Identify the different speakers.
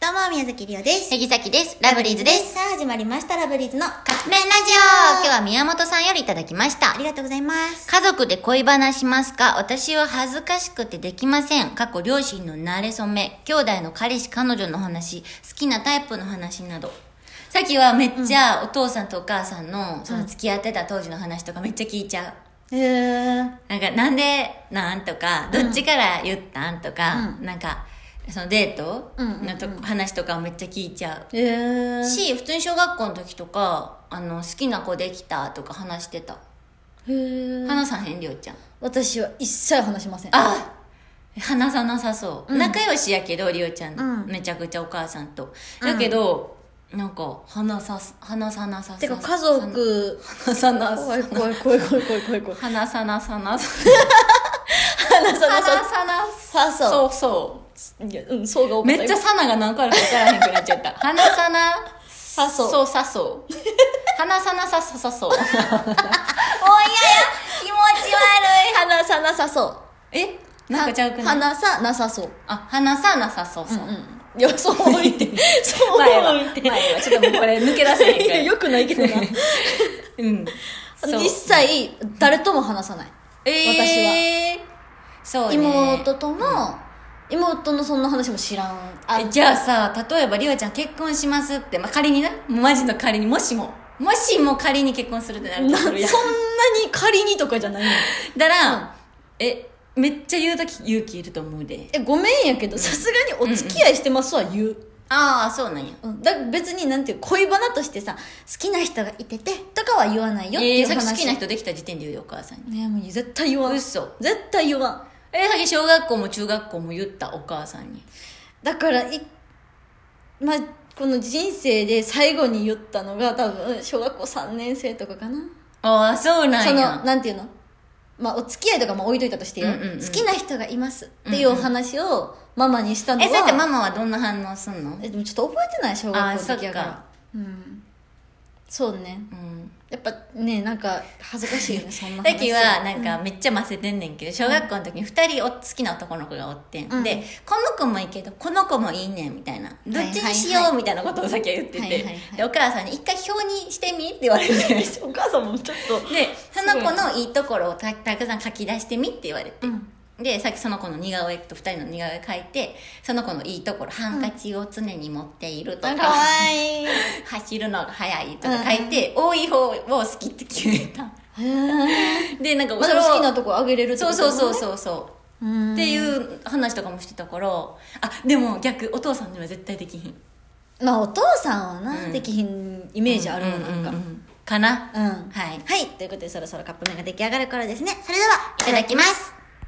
Speaker 1: どうも、宮崎りおです。
Speaker 2: 杉崎です。ラブリーズです。
Speaker 1: さあ、始まりました、ラブリーズの。あ
Speaker 2: カップ麺ラジオ今日は宮本さんよりいただきました。
Speaker 1: りがとうございます。
Speaker 2: 家族で恋話しますか私は恥ずかしくてできません。過去両親の馴れ初め、兄弟の彼氏彼女の話、好きなタイプの話など。さっきはめっちゃお父さんとお母さんのその付き合ってた当時の話とかめっちゃ聞いちゃう。
Speaker 1: へえ。
Speaker 2: なんか、なんでなんとか、どっちから言ったんとか、
Speaker 1: う
Speaker 2: なんか、そのデート
Speaker 1: うんうんうん
Speaker 2: のとこ話とかをめっちゃ聞いちゃう。
Speaker 1: へえ。
Speaker 2: し普通に小学校の時とかあの好きな子できたとか話してた
Speaker 1: へえ。
Speaker 2: 話さへんりょうちゃん
Speaker 1: 私は一切話しません。
Speaker 2: あ話さなさそう、
Speaker 1: うん
Speaker 2: 仲良しやけどりょうちゃん、
Speaker 1: うん
Speaker 2: めちゃくちゃお母さんと
Speaker 1: うん
Speaker 2: だけど、なんか話さす話さなさそう
Speaker 1: てか、家族、
Speaker 2: 話さな
Speaker 1: 怖 い
Speaker 2: さ
Speaker 1: 怖い怖い怖い怖い怖い怖い。
Speaker 2: 話さなさなそう
Speaker 1: 話さな
Speaker 2: 話
Speaker 1: さ
Speaker 2: さな
Speaker 1: さ
Speaker 2: そ
Speaker 1: そう
Speaker 2: そ
Speaker 1: そう。いや、うん、そうが多
Speaker 2: う
Speaker 1: かた
Speaker 2: めっちゃさなが何回あるか分からへんくなっちゃった話さな
Speaker 1: さそう
Speaker 2: そうさそう話さなささ さそう
Speaker 1: おいやや、気持ち悪い。話さなさそう。
Speaker 2: え なんかちゃうくない
Speaker 1: 話さなさそう。
Speaker 2: あ、話さなさそうそう。
Speaker 1: うん。いや、そう置いて。 そう
Speaker 2: 前は
Speaker 1: 置いて。
Speaker 2: 前はちょっともうこれ抜け出せへんから
Speaker 1: いや、 よくないけどな。
Speaker 2: うん。そう
Speaker 1: 一切、誰とも話さない。
Speaker 2: えー、そうね。
Speaker 1: 妹とも、妹のそんな話も知らん。あ
Speaker 2: えじゃあさ、例えばりおちゃん結婚しますって、まあ、仮にな、もうマジの仮に、もしも、もしも仮に結婚するってなると
Speaker 1: なそ
Speaker 2: す
Speaker 1: んな
Speaker 2: る
Speaker 1: に
Speaker 2: やん。
Speaker 1: 仮にとかじゃ ないの。
Speaker 2: だから、え、めっちゃ言うとき勇気いると思うで。
Speaker 1: え、ごめんやけど、さすがにお付き合いしてますは言う。
Speaker 2: ああ、そうなんや。
Speaker 1: うん、だから別になんていう恋バナとしてさ好きな人がいててとかは言わないよってい
Speaker 2: え
Speaker 1: う
Speaker 2: ー、さっき
Speaker 1: 話、
Speaker 2: 好きな人できた時点で言うよ、お母さんに。
Speaker 1: ねもう絶対言わん絶
Speaker 2: 嘘。
Speaker 1: 対言わん
Speaker 2: えー、さっき小学校も中学校も言った、お母さんに。
Speaker 1: だからいまあこの人生で最後に言ったのが多分小学校3年生とかかな
Speaker 2: ああ、そうなんや。
Speaker 1: そのなんていうのまあお付き合いとかも置いといたとしてよ、
Speaker 2: うんうんうん
Speaker 1: 好きな人がいますっていうお話をママにしたの
Speaker 2: え、
Speaker 1: は、
Speaker 2: そうやってママはどんな反応すんの
Speaker 1: えでもちょっと覚えてない小学校の時やから
Speaker 2: あそっか
Speaker 1: うんそうね
Speaker 2: うん。
Speaker 1: やっぱねなんか恥ずか しいよねそんな
Speaker 2: だきはなんかめっちゃませてんねんけど、小学校の時に2人お好きな男の子がおってん、
Speaker 1: うん
Speaker 2: でこの子もいいけどこの子もいいねんみたいなどっちにし
Speaker 1: はいはい
Speaker 2: よ
Speaker 1: は
Speaker 2: うみたいなことをさっきは言ってて、
Speaker 1: はいはいはい
Speaker 2: でお母さんに「一回表にしてみ」って言われてで
Speaker 1: お母さんもちょっと
Speaker 2: その子のいいところをたたくさん書き出してみって言われて、
Speaker 1: うん
Speaker 2: でさっきその子の似顔絵と2人の似顔絵書いてその子のいいところハンカチを常に持っていると
Speaker 1: あ
Speaker 2: か、
Speaker 1: かわいいへ
Speaker 2: 走るのが速いとか書いて、多い方を好きって決めた
Speaker 1: え
Speaker 2: でなんか
Speaker 1: まあ
Speaker 2: そ
Speaker 1: で
Speaker 2: れ
Speaker 1: も
Speaker 2: を
Speaker 1: 好きなとこあげれるって
Speaker 2: そ
Speaker 1: こ
Speaker 2: う
Speaker 1: と
Speaker 2: そうそう
Speaker 1: う
Speaker 2: そうそう
Speaker 1: うん
Speaker 2: っていう話とかもしてたからあでも逆お父さんには絶対できひん
Speaker 1: まあお父さんはな、
Speaker 2: うん
Speaker 1: できひんイメージあるわなんか
Speaker 2: うううんかな
Speaker 1: うん
Speaker 2: はい
Speaker 1: はいということでそろそろカップ麺が出来上がる頃ですねそれではい
Speaker 2: ただきます